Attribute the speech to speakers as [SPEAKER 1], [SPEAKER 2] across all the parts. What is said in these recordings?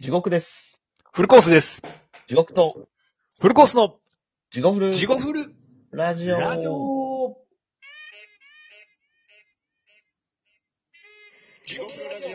[SPEAKER 1] 地獄です。
[SPEAKER 2] フルコースです。
[SPEAKER 1] 地獄と、
[SPEAKER 2] フルコースの、
[SPEAKER 1] 地獄フル、
[SPEAKER 2] ジゴフル、
[SPEAKER 1] ラジオ。
[SPEAKER 2] ラジオジゴフルラジ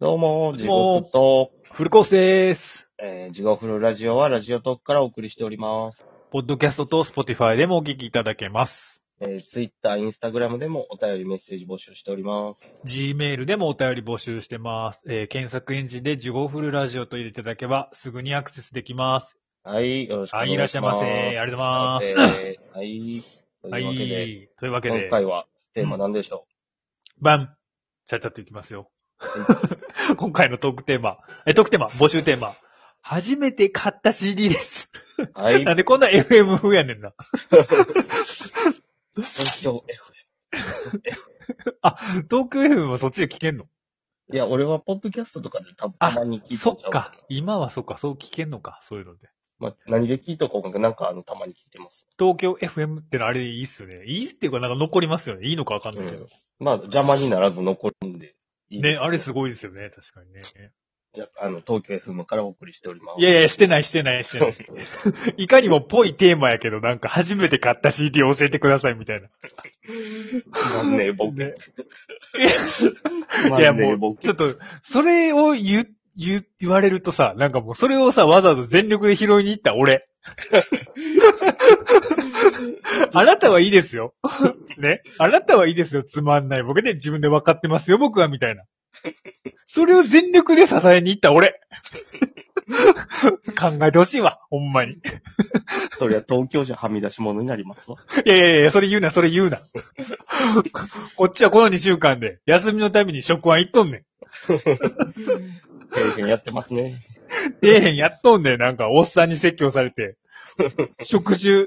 [SPEAKER 1] どうも、地獄と、
[SPEAKER 2] オ。フルコースです。
[SPEAKER 1] えー、地獄フルラジオはラジオトークからお送りしております。
[SPEAKER 2] ポッドキャストとスポティファイでもお聞きいただけます。
[SPEAKER 1] えー、ツイッター、インスタグラムでもお便りメッセージ募集しております。
[SPEAKER 2] Gmail でもお便り募集してます。えー検索エンジンでジゴフルラジオと入れていただければすぐにアクセスできます。
[SPEAKER 1] はい、よろしくお
[SPEAKER 2] は
[SPEAKER 1] 願い
[SPEAKER 2] い、い
[SPEAKER 1] し
[SPEAKER 2] ら
[SPEAKER 1] ま
[SPEAKER 2] っし
[SPEAKER 1] す。
[SPEAKER 2] ゃいませ。ありがとうございます。
[SPEAKER 1] いらっしゃいませ。はい。と
[SPEAKER 2] は
[SPEAKER 1] いうわけで、
[SPEAKER 2] い。というわけ
[SPEAKER 1] 今
[SPEAKER 2] で、
[SPEAKER 1] 回はテーマ何でしょ
[SPEAKER 2] バンちゃっちゃっといきますよ。 今回のトークテーマ、え、トークテーマ、募集テーマ。初めて買った CD です。
[SPEAKER 1] う、はい。
[SPEAKER 2] なんでこんな FM 風やねんな。トーク FM もそっちで聞けんの
[SPEAKER 1] いや、俺はポッドキャストとかでたたまに聞いて
[SPEAKER 2] そっか。。今はそっか、そう聞けんのか、そういうので。
[SPEAKER 1] まあ、何で聞いとこうか、なんかあの、たまに聞いてます。
[SPEAKER 2] 東京 FM ってのあれいいっすよね。いいっていうかなんか残りますよね。いいのかわかんないけど。
[SPEAKER 1] まあ、邪魔にならず残るんで。いい
[SPEAKER 2] ね
[SPEAKER 1] です
[SPEAKER 2] あれすごいですよね。確かにね。
[SPEAKER 1] じゃあ、あの、東京 FM からお送りしております。
[SPEAKER 2] いやいや、してない、してない、して ない。いかにもぽいテーマやけど、なんか初めて買った CD を教えてくださいみたいな。
[SPEAKER 1] なんねえ、僕。
[SPEAKER 2] ね
[SPEAKER 1] い
[SPEAKER 2] いやもう、
[SPEAKER 1] 僕。
[SPEAKER 2] ちょっと、それを言う、言う、言われるとさ、なんかもうそれをさ、わざわざ全力で拾いに行った俺。あなたはいいですよ。ね。あなたはいいですよ。つまんない僕ね、自分で分かってますよ、僕は、みたいな。それを全力で支えに行った俺。考えてほしいわ、ほんまに。い
[SPEAKER 1] そりゃ東京じゃはみ出し物になりますわ。
[SPEAKER 2] やいやいや、それ言うな、それ言うな。こっちはこの2週間で、休みのために食案行っとんねん。
[SPEAKER 1] 大変やってますね。
[SPEAKER 2] 底辺やっとんねん、なんか、おっさんに説教されて。職種、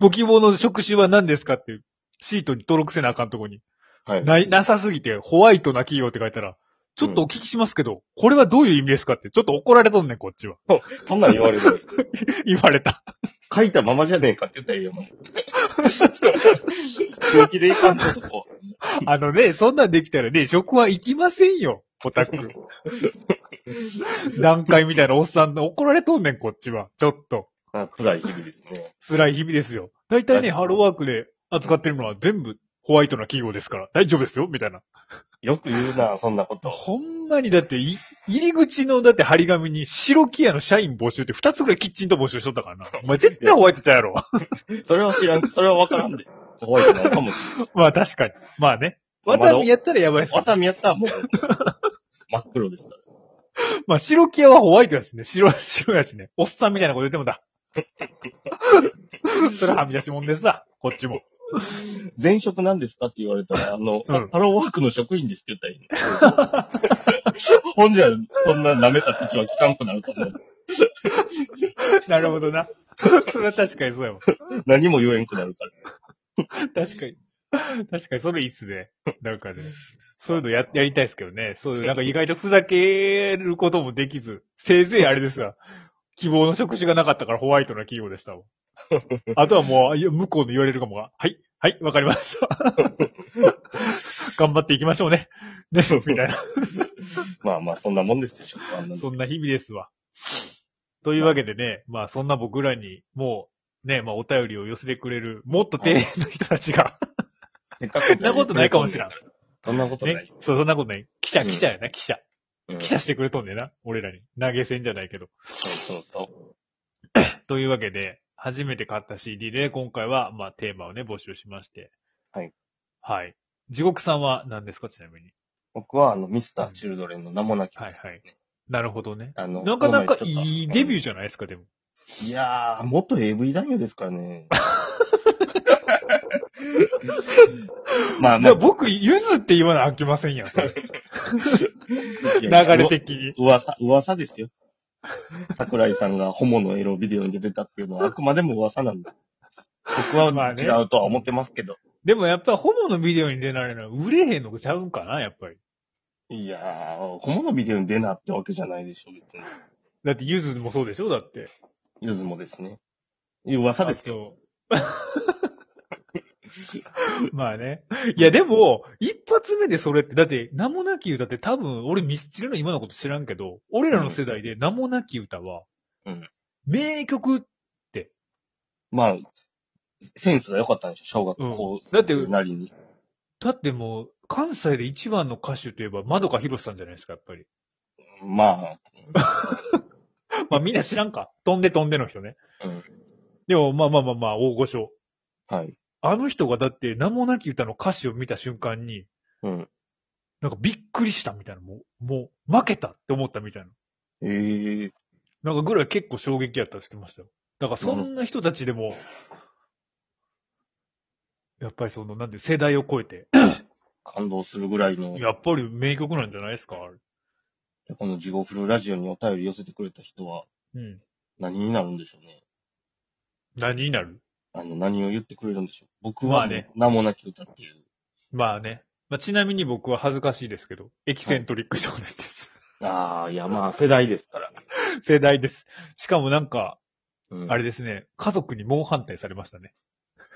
[SPEAKER 2] ご希望の職種は何ですかっていう、シートに登録せなあかんとこに。
[SPEAKER 1] はい。
[SPEAKER 2] ない、なさすぎて、ホワイトな企業って書いたら、ちょっとお聞きしますけど、これはどういう意味ですかって、ちょっと怒られとんねん、こっちは。
[SPEAKER 1] そんなん言われる。
[SPEAKER 2] 言われた。
[SPEAKER 1] 書いたままじゃねえかって言ったらいいよ、もう。正気でいかんと、そこ。
[SPEAKER 2] あのね、そんなんできたらね、職は行きませんよ、オタク。段階みたいなおっさんの怒られとんねん、こっちは。ちょっと。
[SPEAKER 1] あ辛い日々ですね。
[SPEAKER 2] 辛い日々ですよ。大体ね、
[SPEAKER 1] 確かに
[SPEAKER 2] ハローワークで扱ってるのは全部ホワイトな企業ですから、大丈夫ですよ、みたいな。
[SPEAKER 1] よく言うな、そんなこと。
[SPEAKER 2] ほんまにだって、い入り口の、だって張り紙に白木屋の社員募集って2つぐらいきっちんと募集しとったからな。 お前絶対ホワイトちゃうやろ。
[SPEAKER 1] それは知らん、それはわからんで。怖いってなるかもし
[SPEAKER 2] まあ確かに。まあね。
[SPEAKER 1] ま
[SPEAKER 2] ワ
[SPEAKER 1] だ
[SPEAKER 2] タミやったらやばい
[SPEAKER 1] れ
[SPEAKER 2] っ
[SPEAKER 1] ん。
[SPEAKER 2] すけど
[SPEAKER 1] 熱海やったらもう、真っ黒ですから。
[SPEAKER 2] まあ白木屋はホワイトやしね。白、白やしね。おっさんみたいなこと言っても だ。それはみ出しもんですわ。こっち も。
[SPEAKER 1] 前職なんですかって言われたら、あの、
[SPEAKER 2] うん
[SPEAKER 1] ハローワークの職員ですって言ったらいいね。 ほんじゃ、そんな舐めた口は聞かんくなると思う。
[SPEAKER 2] なるほどな。それは確かにそうやもん。
[SPEAKER 1] 何も言えんくなるから。
[SPEAKER 2] 確かに。確かに、それいいっすね。 なんかね。そういうのや、やりたいですけどね。そういう、なんか意外とふざけることもできず、せいぜいあれです わ。希望の職種がなかったからホワイトな企業でしたわ。あとはもう、いや向こうの言われるかもが、はい、はい、わかりました。 頑張っていきましょうね。 ね、みたいな。
[SPEAKER 1] まあまあ、そんなもんですでしょあんなの
[SPEAKER 2] そんな日々ですわ。というわけでね、まあそんな僕らに、もう、ね、まあお便りを寄せてくれる、もっと丁寧な人たちが、
[SPEAKER 1] せっかく。
[SPEAKER 2] そんなこと ないかもしれん。。
[SPEAKER 1] そんなことな
[SPEAKER 2] ね
[SPEAKER 1] い。、
[SPEAKER 2] そう、そんなことない。記者、
[SPEAKER 1] うん
[SPEAKER 2] 記者やな、記者。
[SPEAKER 1] うん
[SPEAKER 2] 記者してくれとんねんな、俺らに。投げ銭じゃないけど。
[SPEAKER 1] そうそうそう。
[SPEAKER 2] というわけで、初めて買った CD で、今回は、まあ、テーマをね、募集しまして。
[SPEAKER 1] はい。
[SPEAKER 2] はい。地獄さんは何ですか、ちなみに。
[SPEAKER 1] 僕は、あの、ミスター・チルドレンの名もなき。
[SPEAKER 2] はいはい。なるほどね。
[SPEAKER 1] あの、
[SPEAKER 2] なかなか
[SPEAKER 1] この前ちょっと
[SPEAKER 2] いいデビューじゃないですか、でも。
[SPEAKER 1] いやー、元 AV 男優ですから ね。まあ
[SPEAKER 2] じ
[SPEAKER 1] ま
[SPEAKER 2] ゃ
[SPEAKER 1] あ
[SPEAKER 2] あ、僕、ゆずって言わなあきませんやん、それ
[SPEAKER 1] い
[SPEAKER 2] 流
[SPEAKER 1] やいや
[SPEAKER 2] れ的に。
[SPEAKER 1] 噂、噂ですよ。桜井さんがホモのエロビデオに出てたっていう のはあくまでも噂なんだ。僕は
[SPEAKER 2] まあね
[SPEAKER 1] 違うとは思ってますけど。
[SPEAKER 2] でもやっぱ、ホモのビデオに出られるのは売れへんのちゃうんかな、やっぱり。
[SPEAKER 1] いやー、ホモのビデオに出なってわけじゃないでしょ、別に。
[SPEAKER 2] だって、ゆずもそうでしょだって。
[SPEAKER 1] ゆずもですね。噂ですよ。
[SPEAKER 2] よ。 まあね。いや、でも、一発目でそれって、だって、名もなき歌って多分、俺ミスチルの今のこと知らんけど、俺らの世代で名もなき歌は、
[SPEAKER 1] うん
[SPEAKER 2] 名曲、
[SPEAKER 1] まあ、センスが良かったんでしょ、小学校
[SPEAKER 2] だって、
[SPEAKER 1] なりに。
[SPEAKER 2] だってもう、関西で一番の歌手といえば、窓かひろしさんじゃないですか、やっぱり。
[SPEAKER 1] ま
[SPEAKER 2] まあみんな知ら んか。飛んで飛んでの人ね。
[SPEAKER 1] あ、うん。
[SPEAKER 2] でも、まあまあまあまあ、大御所。
[SPEAKER 1] はい。
[SPEAKER 2] あの人がだって、名もなき歌の歌詞を見た瞬間に、
[SPEAKER 1] うん。
[SPEAKER 2] なんかびっくりしたみたいな、もう、もう、負けたって思ったみたいな。
[SPEAKER 1] ええ
[SPEAKER 2] なんかぐらい結構衝撃やったって言ってましたよ。だからそんな人たちでも、やっぱりその、なんていう世代を超えて、
[SPEAKER 1] 感動するぐらいの、
[SPEAKER 2] やっぱり名曲なんじゃないですかあれ
[SPEAKER 1] この地獄フルラジオにお便り寄せてくれた人は
[SPEAKER 2] うん。
[SPEAKER 1] 何になるんでしょうね。
[SPEAKER 2] 何になる
[SPEAKER 1] あの、何を言ってくれるんでしょう。僕
[SPEAKER 2] ま
[SPEAKER 1] は、
[SPEAKER 2] あね
[SPEAKER 1] ね、名もなき歌っていう。
[SPEAKER 2] まあね。まあ、ちなみに僕は恥ずかしいですけど、エキセントリック少年 です。
[SPEAKER 1] ああ、いや、まあ、世代ですから。
[SPEAKER 2] 世代です。しかもなんか、
[SPEAKER 1] うん、
[SPEAKER 2] あれですね、家族に猛反対されましたね。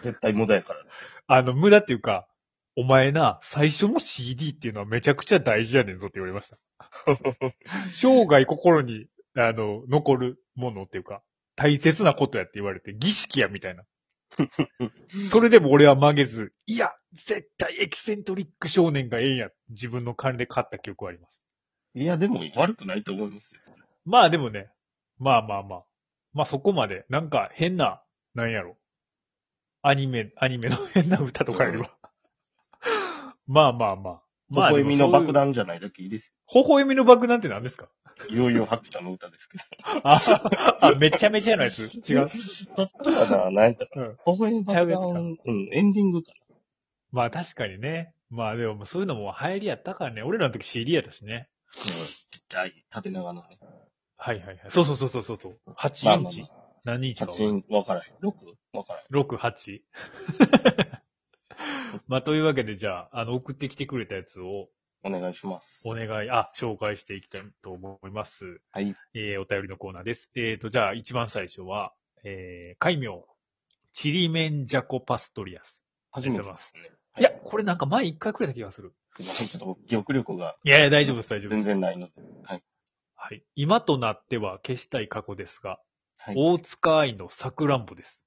[SPEAKER 1] 絶対無駄やから。
[SPEAKER 2] あの、無駄っていうか、お前な、最初の CD っていうのはめちゃくちゃ大事やねんぞって言われました。生涯心に、あの、残るものっていうか、大切なことやって言われて、儀式やみたいな。それでも俺は曲げず、いや、絶対エキセントリック少年がええんや。自分の金で買った記憶はあります。
[SPEAKER 1] いや、でも悪くないと思いますよ。それ
[SPEAKER 2] まあでもね、まあまあまあ。まあそこまで、なんか変な、なんやろ。アニメ、アニメの 変な歌とかよりは。まあまあまあ。まあ
[SPEAKER 1] 微笑
[SPEAKER 2] でも
[SPEAKER 1] み
[SPEAKER 2] そうい
[SPEAKER 1] の
[SPEAKER 2] う
[SPEAKER 1] 爆。弾じゃないだけいいです
[SPEAKER 2] 微笑みの爆弾って何ですか
[SPEAKER 1] よ。いよいよハピタの歌ですけど。
[SPEAKER 2] あ、 あめちゃめちゃなやつ。違う。
[SPEAKER 1] そっちはな、なんやったか
[SPEAKER 2] う
[SPEAKER 1] な。
[SPEAKER 2] ん
[SPEAKER 1] 微笑み爆弾、
[SPEAKER 2] ちゃうや
[SPEAKER 1] うん、エンディングか
[SPEAKER 2] まあ確かにね。まあでもそういうのも流行りやったからね。俺らの時 CD やったしね。
[SPEAKER 1] な。うん。じゃあ、縦長のね。
[SPEAKER 2] はいはいはい。そうそうそうそうそうそう。
[SPEAKER 1] まあ
[SPEAKER 2] 8イン
[SPEAKER 1] まあ
[SPEAKER 2] チ。
[SPEAKER 1] ま
[SPEAKER 2] 何インチ
[SPEAKER 1] あ、
[SPEAKER 2] か
[SPEAKER 1] 8人分からへん。6? 分からへん。
[SPEAKER 2] ?6、8? まあというわけでじゃあ、あの、送ってきてくれたやつを
[SPEAKER 1] お願いします。
[SPEAKER 2] お願い、あ、紹介していきたいと思います。
[SPEAKER 1] はい。
[SPEAKER 2] えー、お便りのコーナーです。えーと、じゃあ一番最初は、えー、海名、チリメンジャコパストリアス。
[SPEAKER 1] 初めてですね。
[SPEAKER 2] いや、これなんか前一回くれた気がする。
[SPEAKER 1] すいません。ちょっと僕記憶力が
[SPEAKER 2] いやいや、大丈夫です、大丈夫です
[SPEAKER 1] 全。然ないので。はい。
[SPEAKER 2] はい。今となっては消したい過去ですが、
[SPEAKER 1] はい。
[SPEAKER 2] 大塚愛のさくらんぼです。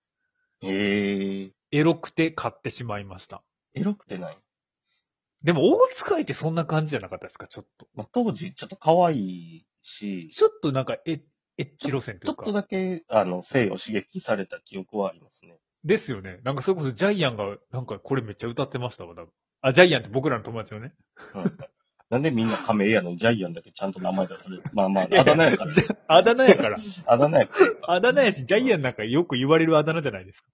[SPEAKER 1] えー、
[SPEAKER 2] エロくて買ってしまいました。
[SPEAKER 1] エロくてない。
[SPEAKER 2] でも大塚愛ってそんな感じじゃなかったですか、ちょっと。
[SPEAKER 1] まあ、当時、ちょっと可愛いし、
[SPEAKER 2] ちょっとなんか、え、エッチ路線
[SPEAKER 1] ち
[SPEAKER 2] とい
[SPEAKER 1] ょっ
[SPEAKER 2] うか。
[SPEAKER 1] とだけ、あの、性を刺激された記憶はありますね。
[SPEAKER 2] ですよね。なんかそれこそジャイアンが、なんかこれめっちゃ歌ってましたわ、多分。あ、ジャイアンって僕らの友達よね。
[SPEAKER 1] うんなんでみんな亀やのにジャイアンだけちゃんと名前出さ れる。まあまあ、
[SPEAKER 2] いや
[SPEAKER 1] あだ名やから。
[SPEAKER 2] じゃあだ名やから。
[SPEAKER 1] あだ名やから。
[SPEAKER 2] あだ名やし、ジャイアンなんかよく言われるあだ名じゃないですか。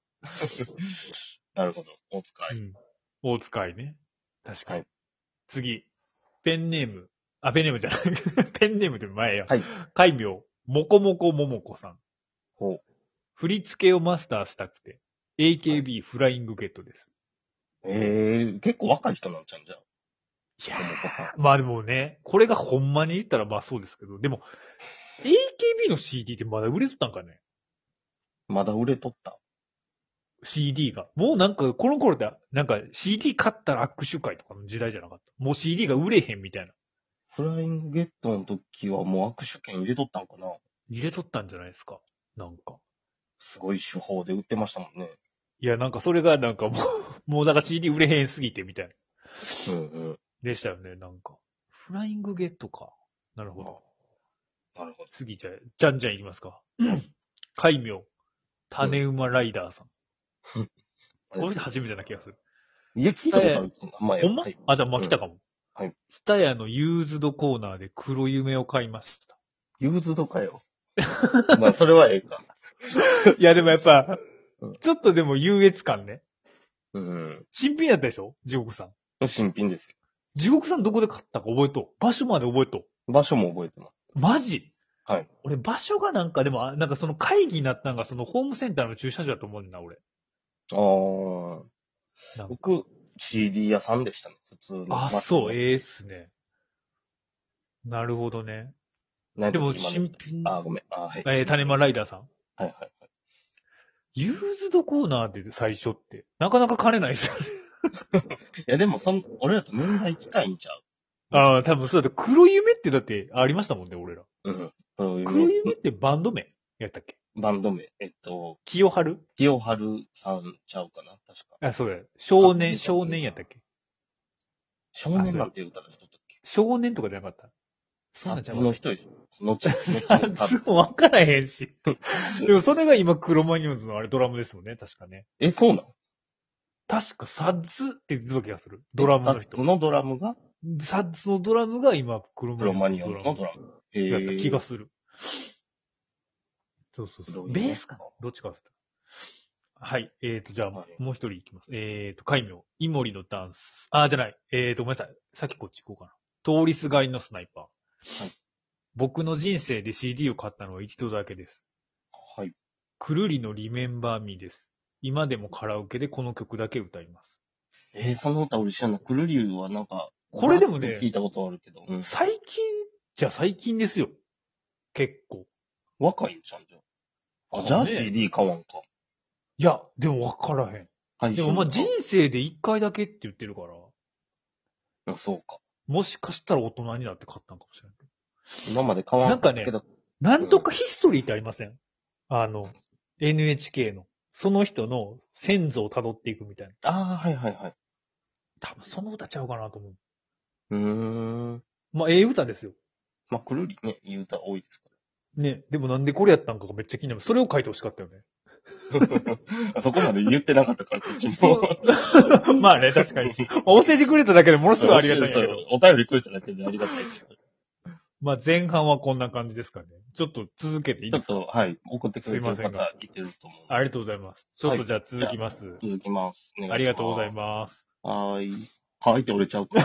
[SPEAKER 1] なるほど。お使
[SPEAKER 2] う
[SPEAKER 1] い。
[SPEAKER 2] ん。大塚愛ね。確かに。
[SPEAKER 1] はい
[SPEAKER 2] 次。ペンネーム。あ、ペンネームじゃない。 ペンネームって前や。
[SPEAKER 1] はい。
[SPEAKER 2] 海名、もこもこももこさん。
[SPEAKER 1] ほう。
[SPEAKER 2] 振り付けをマスターしたくて、AKB フライングゲットです。
[SPEAKER 1] ええー、結構若い人なんちゃうんじゃん。
[SPEAKER 2] いや
[SPEAKER 1] もこさん。
[SPEAKER 2] まあでもね、これがほんまに言ったらまあそうですけど、でも、AKB の CD ってまだ売れとったんかね
[SPEAKER 1] まだ売れとった。
[SPEAKER 2] ?CD が。もうなんか、この頃って、なんか CD 買ったら握手会とかの時代じゃなかった。もう CD が売れへんみたいな。
[SPEAKER 1] フライングゲットの時はもう握手券入れとったんかな
[SPEAKER 2] 入れとったんじゃないですか。なんか。
[SPEAKER 1] すごい手法で売ってましたもんね。
[SPEAKER 2] いや、なんかそれがなんかもう、 もうだから CD 売れへんすぎてみたいな。
[SPEAKER 1] うんうん。
[SPEAKER 2] でしたよね、なんか。フライングゲットか。なるほど。
[SPEAKER 1] なるほど。
[SPEAKER 2] 次じゃあ、じゃんじゃんいきますか。海名、種馬ライダーさん。この人初めてな気がする。
[SPEAKER 1] いや、聞いたことある名前や。
[SPEAKER 2] ほんま
[SPEAKER 1] はい
[SPEAKER 2] あ、じゃあ、まあ、来たかも。
[SPEAKER 1] うんはい。
[SPEAKER 2] ツタヤのユーズドコーナーで黒夢を買いました。
[SPEAKER 1] ユーズドかよ。まあ、それはええか。
[SPEAKER 2] いや、でもやっぱ
[SPEAKER 1] うん、
[SPEAKER 2] ちょっとでも優越感ね。
[SPEAKER 1] うん。
[SPEAKER 2] 新品やったでしょ地獄さん。
[SPEAKER 1] 新品ですよ。
[SPEAKER 2] 地獄さんどこで買ったか覚えとう。場所まで覚えとう。
[SPEAKER 1] 場所も覚えてます。
[SPEAKER 2] マジ
[SPEAKER 1] はい。
[SPEAKER 2] 俺、場所がなんか、でも、あなんかその会議になったのが、そのホームセンターの駐車場だと思うんだ、俺。
[SPEAKER 1] ああ。
[SPEAKER 2] なんか
[SPEAKER 1] 僕、CD 屋さんでしたね、普通の。
[SPEAKER 2] あ、そう、ええっすね。なるほどね。
[SPEAKER 1] なんて
[SPEAKER 2] で
[SPEAKER 1] いうの
[SPEAKER 2] も、
[SPEAKER 1] 今の
[SPEAKER 2] 新品、
[SPEAKER 1] あ、ごめん。あ、はい。
[SPEAKER 2] えー、種間ライダーさん。
[SPEAKER 1] はいはいはい。
[SPEAKER 2] ユーズドコーナーで最初って、なかなか兼ねないですよね。
[SPEAKER 1] や、でも、そん、俺らと年代近いんちゃ
[SPEAKER 2] ああ、多分そうだと、黒夢ってだってありましたもんね、俺ら。
[SPEAKER 1] ううん。そう
[SPEAKER 2] 黒
[SPEAKER 1] いう
[SPEAKER 2] 夢ってバンド名やったっけ
[SPEAKER 1] バンド名。えっと、
[SPEAKER 2] 清春
[SPEAKER 1] 清春さんちゃうかな確か。
[SPEAKER 2] あ、そうだよ。
[SPEAKER 1] あ
[SPEAKER 2] 少
[SPEAKER 1] いい
[SPEAKER 2] 年、
[SPEAKER 1] じゃん
[SPEAKER 2] 少年やったっけ
[SPEAKER 1] 少年なんていう歌の人だっけ
[SPEAKER 2] 少年とかじゃなかったそんなん
[SPEAKER 1] サ
[SPEAKER 2] ち
[SPEAKER 1] ッ
[SPEAKER 2] ゃ
[SPEAKER 1] ツの
[SPEAKER 2] う
[SPEAKER 1] 人でしょそのう ち。
[SPEAKER 2] サッツもわからへ んし。でもそれが今、クロマニオンズのあれドラムですもんね、確かね。
[SPEAKER 1] え、そうなの
[SPEAKER 2] 確かサッズって言ってた気がする。ドラムの
[SPEAKER 1] サッ
[SPEAKER 2] 人
[SPEAKER 1] ツ。のドラムが
[SPEAKER 2] サッズのドラムが今、クロ
[SPEAKER 1] プロマ
[SPEAKER 2] マニ
[SPEAKER 1] ニ
[SPEAKER 2] オ
[SPEAKER 1] オ
[SPEAKER 2] ン
[SPEAKER 1] ン
[SPEAKER 2] ズ
[SPEAKER 1] ズ
[SPEAKER 2] の
[SPEAKER 1] の
[SPEAKER 2] ド
[SPEAKER 1] ド
[SPEAKER 2] ラ
[SPEAKER 1] ラム。え
[SPEAKER 2] ムやった気が
[SPEAKER 1] す
[SPEAKER 2] する。そうそうそ
[SPEAKER 1] 黒
[SPEAKER 2] う。
[SPEAKER 1] い
[SPEAKER 2] ベ
[SPEAKER 1] ね
[SPEAKER 2] ースかなどっちか忘れた。はい。えっ、と、じゃあ、も
[SPEAKER 1] はいう
[SPEAKER 2] 一人いきます。えっ、と、海名。イモリのダンス。あ、じゃない。えっ、と、ごめんなさい。さっきこっち行こうかな。通りすがりのスナイパー。
[SPEAKER 1] はい
[SPEAKER 2] 僕の人生で CD を買ったのは一度だけです。
[SPEAKER 1] はい。
[SPEAKER 2] くるりのリメンバーミーです。今でもカラオケでこの曲だけ歌います。
[SPEAKER 1] えー、その歌俺知らない。クルリューはなんか、
[SPEAKER 2] これでもね
[SPEAKER 1] ふわっと聞いたことあるけど。うん
[SPEAKER 2] 最近じゃ最近ですよ。結構。
[SPEAKER 1] 若いんちゃうんじゃん。あ、じゃあ
[SPEAKER 2] ね
[SPEAKER 1] CD 買わんか。
[SPEAKER 2] いや、でもわからへん。
[SPEAKER 1] はい。
[SPEAKER 2] でもまあ人生で一回だけって言ってるから、
[SPEAKER 1] あそうか。
[SPEAKER 2] もしかしたら大人になって買ったんかもしれないけど。
[SPEAKER 1] 今まで買わん
[SPEAKER 2] なんかね
[SPEAKER 1] けど、
[SPEAKER 2] なんとかヒストリーってありませんあの、NHK の。その人の先祖を辿っていくみたいな。
[SPEAKER 1] ああ、はいはいはい。
[SPEAKER 2] 多分その歌ちゃうかなと思う。
[SPEAKER 1] うーん。
[SPEAKER 2] まあ、ええ歌ですよ。
[SPEAKER 1] まあ、くるりね、言う歌多いですか
[SPEAKER 2] ね。でもなんでこれやったんかがめっちゃ気になる。それを書いてほしかったよね。
[SPEAKER 1] ら。そこまで言ってなかったから、こっちも。
[SPEAKER 2] まあね、確かに。教えてくれただけでものすごいありがたいんや
[SPEAKER 1] そ
[SPEAKER 2] け
[SPEAKER 1] う
[SPEAKER 2] ど。
[SPEAKER 1] お便りくれただけでありが たいです。
[SPEAKER 2] まあ前半はこんな感じですかね。ちょっと続けていい
[SPEAKER 1] ちょっ
[SPEAKER 2] ですか
[SPEAKER 1] と、はい、送ってくれてる
[SPEAKER 2] すいません
[SPEAKER 1] 方
[SPEAKER 2] が
[SPEAKER 1] いてると思う。
[SPEAKER 2] ありがとうございます。ちょっとじゃあ続きます。
[SPEAKER 1] 続きます。お願いします
[SPEAKER 2] ありがとうございます。
[SPEAKER 1] はーい。はいって折れちゃうか。